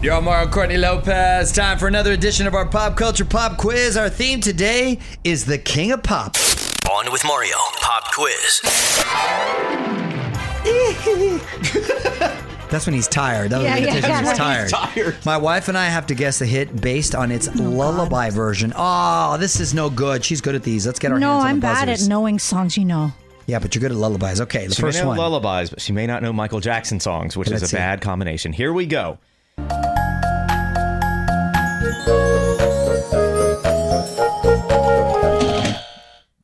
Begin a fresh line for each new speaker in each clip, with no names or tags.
Yo, I'm Mario Courtney Lopez. Time for another edition of our Pop Culture Pop Quiz. Our theme today is the King of Pop.
On with Mario. Pop quiz.
That's when he's tired. That was
Yeah,
the
yeah,
imitation.
yeah.
He's tired.
He's
tired.
My wife and I have to guess a hit based on
Oh,
its lullaby version. Oh, this is no good. She's good at these. Let's get our
No,
hands on
I'm
the
bad at
buzzers.
knowing songs you know.
Yeah, but you're good at lullabies. Okay, the
She
first
may know
one.
lullabies, but she may not know Michael Jackson songs, which
Let's
is a
see.
bad combination. Here we go.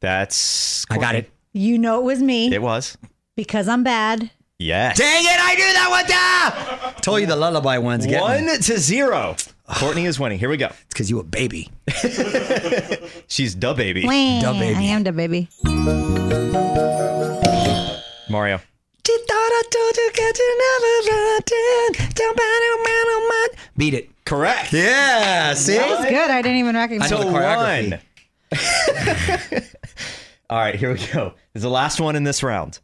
That's
I got it.
You know it was me
It was.
because I'm bad.
Yes.
Dang it! I knew that one. Ah! Told you the lullaby ones. Get
One
me.
to zero. Courtney is winning. Here we go.
It's because you a baby.
She's da baby.
Wah,
baby.
I am the baby.
Mario.
Beat it.
Correct.
Yeah. See.
That was good. I didn't even recognize.
I know
So
the choreography.
one. All right, here we go. This is the last one in this round.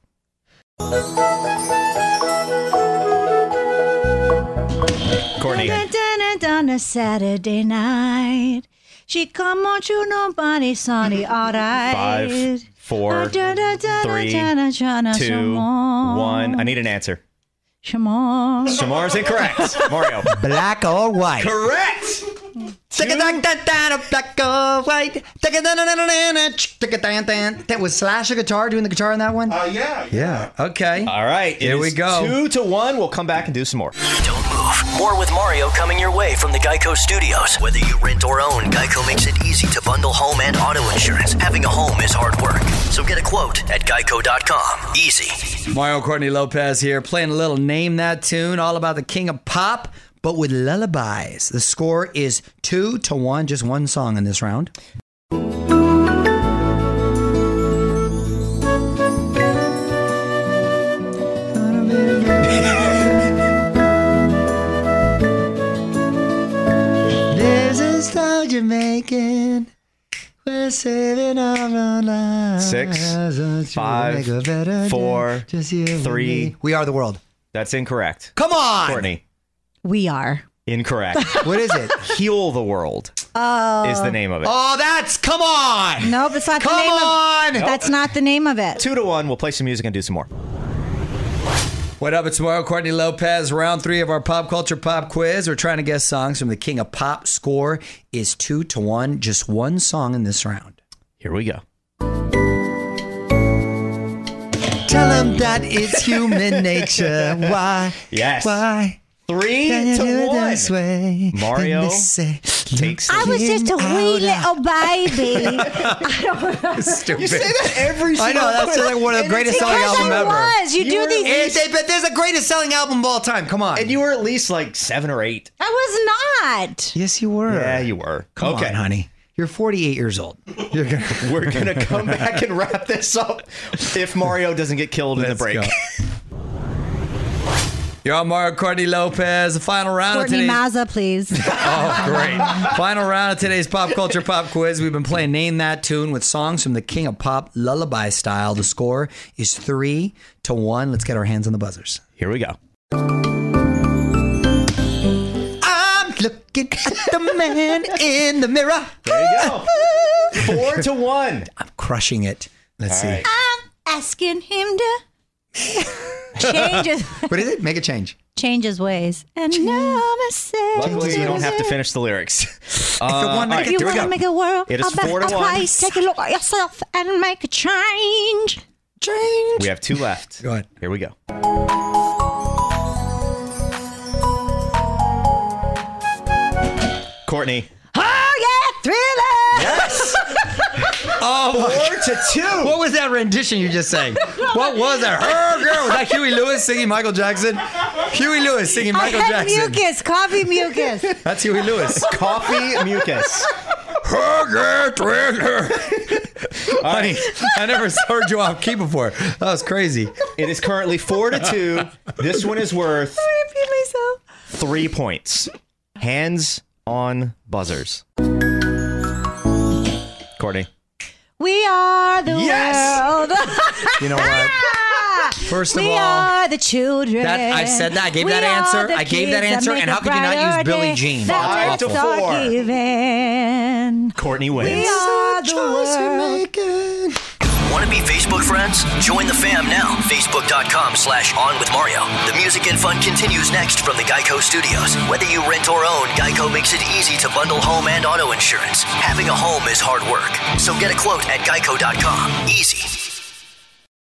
Courtney.
Dun, dun, dun, dun, a Saturday night. She come on to nobody, Sonny. All right.
Five, four,
Oh, dun, dun, dun,
three,
dun, dun, dun, dun,
two,
some more.
one. I need an answer.
Some more.
Shamar's incorrect. Mario.
Black or white.
Correct.
Black or white. That was Slash a guitar doing the guitar in that one?
Uh, yeah.
Yeah. Okay.
All right. it
Here we
is
go.
Two to one. We'll come back and do some more.
Don't move. More with Mario coming your way from the Geico Studios. Whether you rent or own, Geico makes it easy to bundle home and auto insurance. Having a home is hard work. So get a quote at geico.com. Easy.
Mario Courtney Lopez here, playing a little Name That Tune, all about the king of pop, but with lullabies. The score is two to one, just one song in this round. There's a sound you're making. We're saving our own lives.
Six,
We'll
five,
make a better day.
four,
Just you and
three.
me. We are the world.
That's incorrect.
Come on.
Courtney.
We are.
Incorrect.
What is it?
Heal the World is the name of it.
oh, that's come on.
Nope, it's not
Come
the name
on!
of That's not the name of it.
Two to one. We'll play some music and do some more.
What up? It's Mario Courtney Lopez. Round three of our pop culture pop quiz. We're trying to guess songs from the King of Pop. Score is two to one. Just one song in this round.
Here we go.
Tell them that it's human nature. Why?
Yes.
Why?
Three
can you do
to
it
one.
this way?
Mario
And they say,
takes
I was just a wee
Out, out.
little baby.
Stupid.
that every
I know that's like one of the greatest
because
selling album
I
ever.
was. You, do
You're-
It,
these.
they, but there's a greatest selling album of all time. Come on.
And you were at least like seven or eight.
I was not.
yes, you were.
Yeah, you were.
Come
okay,
on, honey. You're 48 years old. You're gonna
We're gonna come back and wrap this up if Mario doesn't get killed in the break.
You're on Mario Courtney Lopez. The final round of
Courtney
today's
Mazza, please.
oh, great. final round of today's pop culture pop quiz. We've been playing Name That Tune with songs from the King of Pop lullaby style. The score is three to one. Let's get our hands on the buzzers.
Here we go.
I'm looking at the man in the mirror.
There you go. Four to one.
I'm crushing it. Let's see.
All right.
I'm asking him to change his,
What is it? Make a change.
change his ways. And now I'm a saint.
Luckily, you don't have to finish the lyrics. Uh,
one
all
minute-
If you
Here we
want to
go.
make a world
It is
about
four to
a
one.
place, take a look at yourself and make a change.
Change.
We have two left.
Go ahead.
Here we go. Courtney.
Oh, yeah, thriller.
Yes.
Oh,
Four to two.
What was that rendition you just sang? What was that? Her girl. Was that Huey Lewis singing Michael Jackson? Huey Lewis singing
I
Michael
had
Jackson.
mucus, coffee mucus.
That's Huey Lewis.
Coffee mucus.
Her girl, her. Honey, I never heard you off key before. That was crazy.
It is currently four to two. This one is worth
Repeat myself.
three points. Hands on buzzers. Courtney.
We are the
Yes!
world.
You know what? First of
we
all,
are the children.
That- I said that. I gave
We
that
are
answer.
the
I gave
kids
that answer.
make
And how
a
could you not use
brighter
Billie
day
Jean?
that
Five to
lips are
four.
given.
Courtney
We
wins.
are the world.
Want to be Facebook friends? Join the fam now. Facebook.com slash on with Mario. The music and fun continues next from the Geico Studios. Whether you rent or own, Geico makes it easy to bundle home and auto insurance. Having a home is hard work. So get a quote at geico.com. Easy.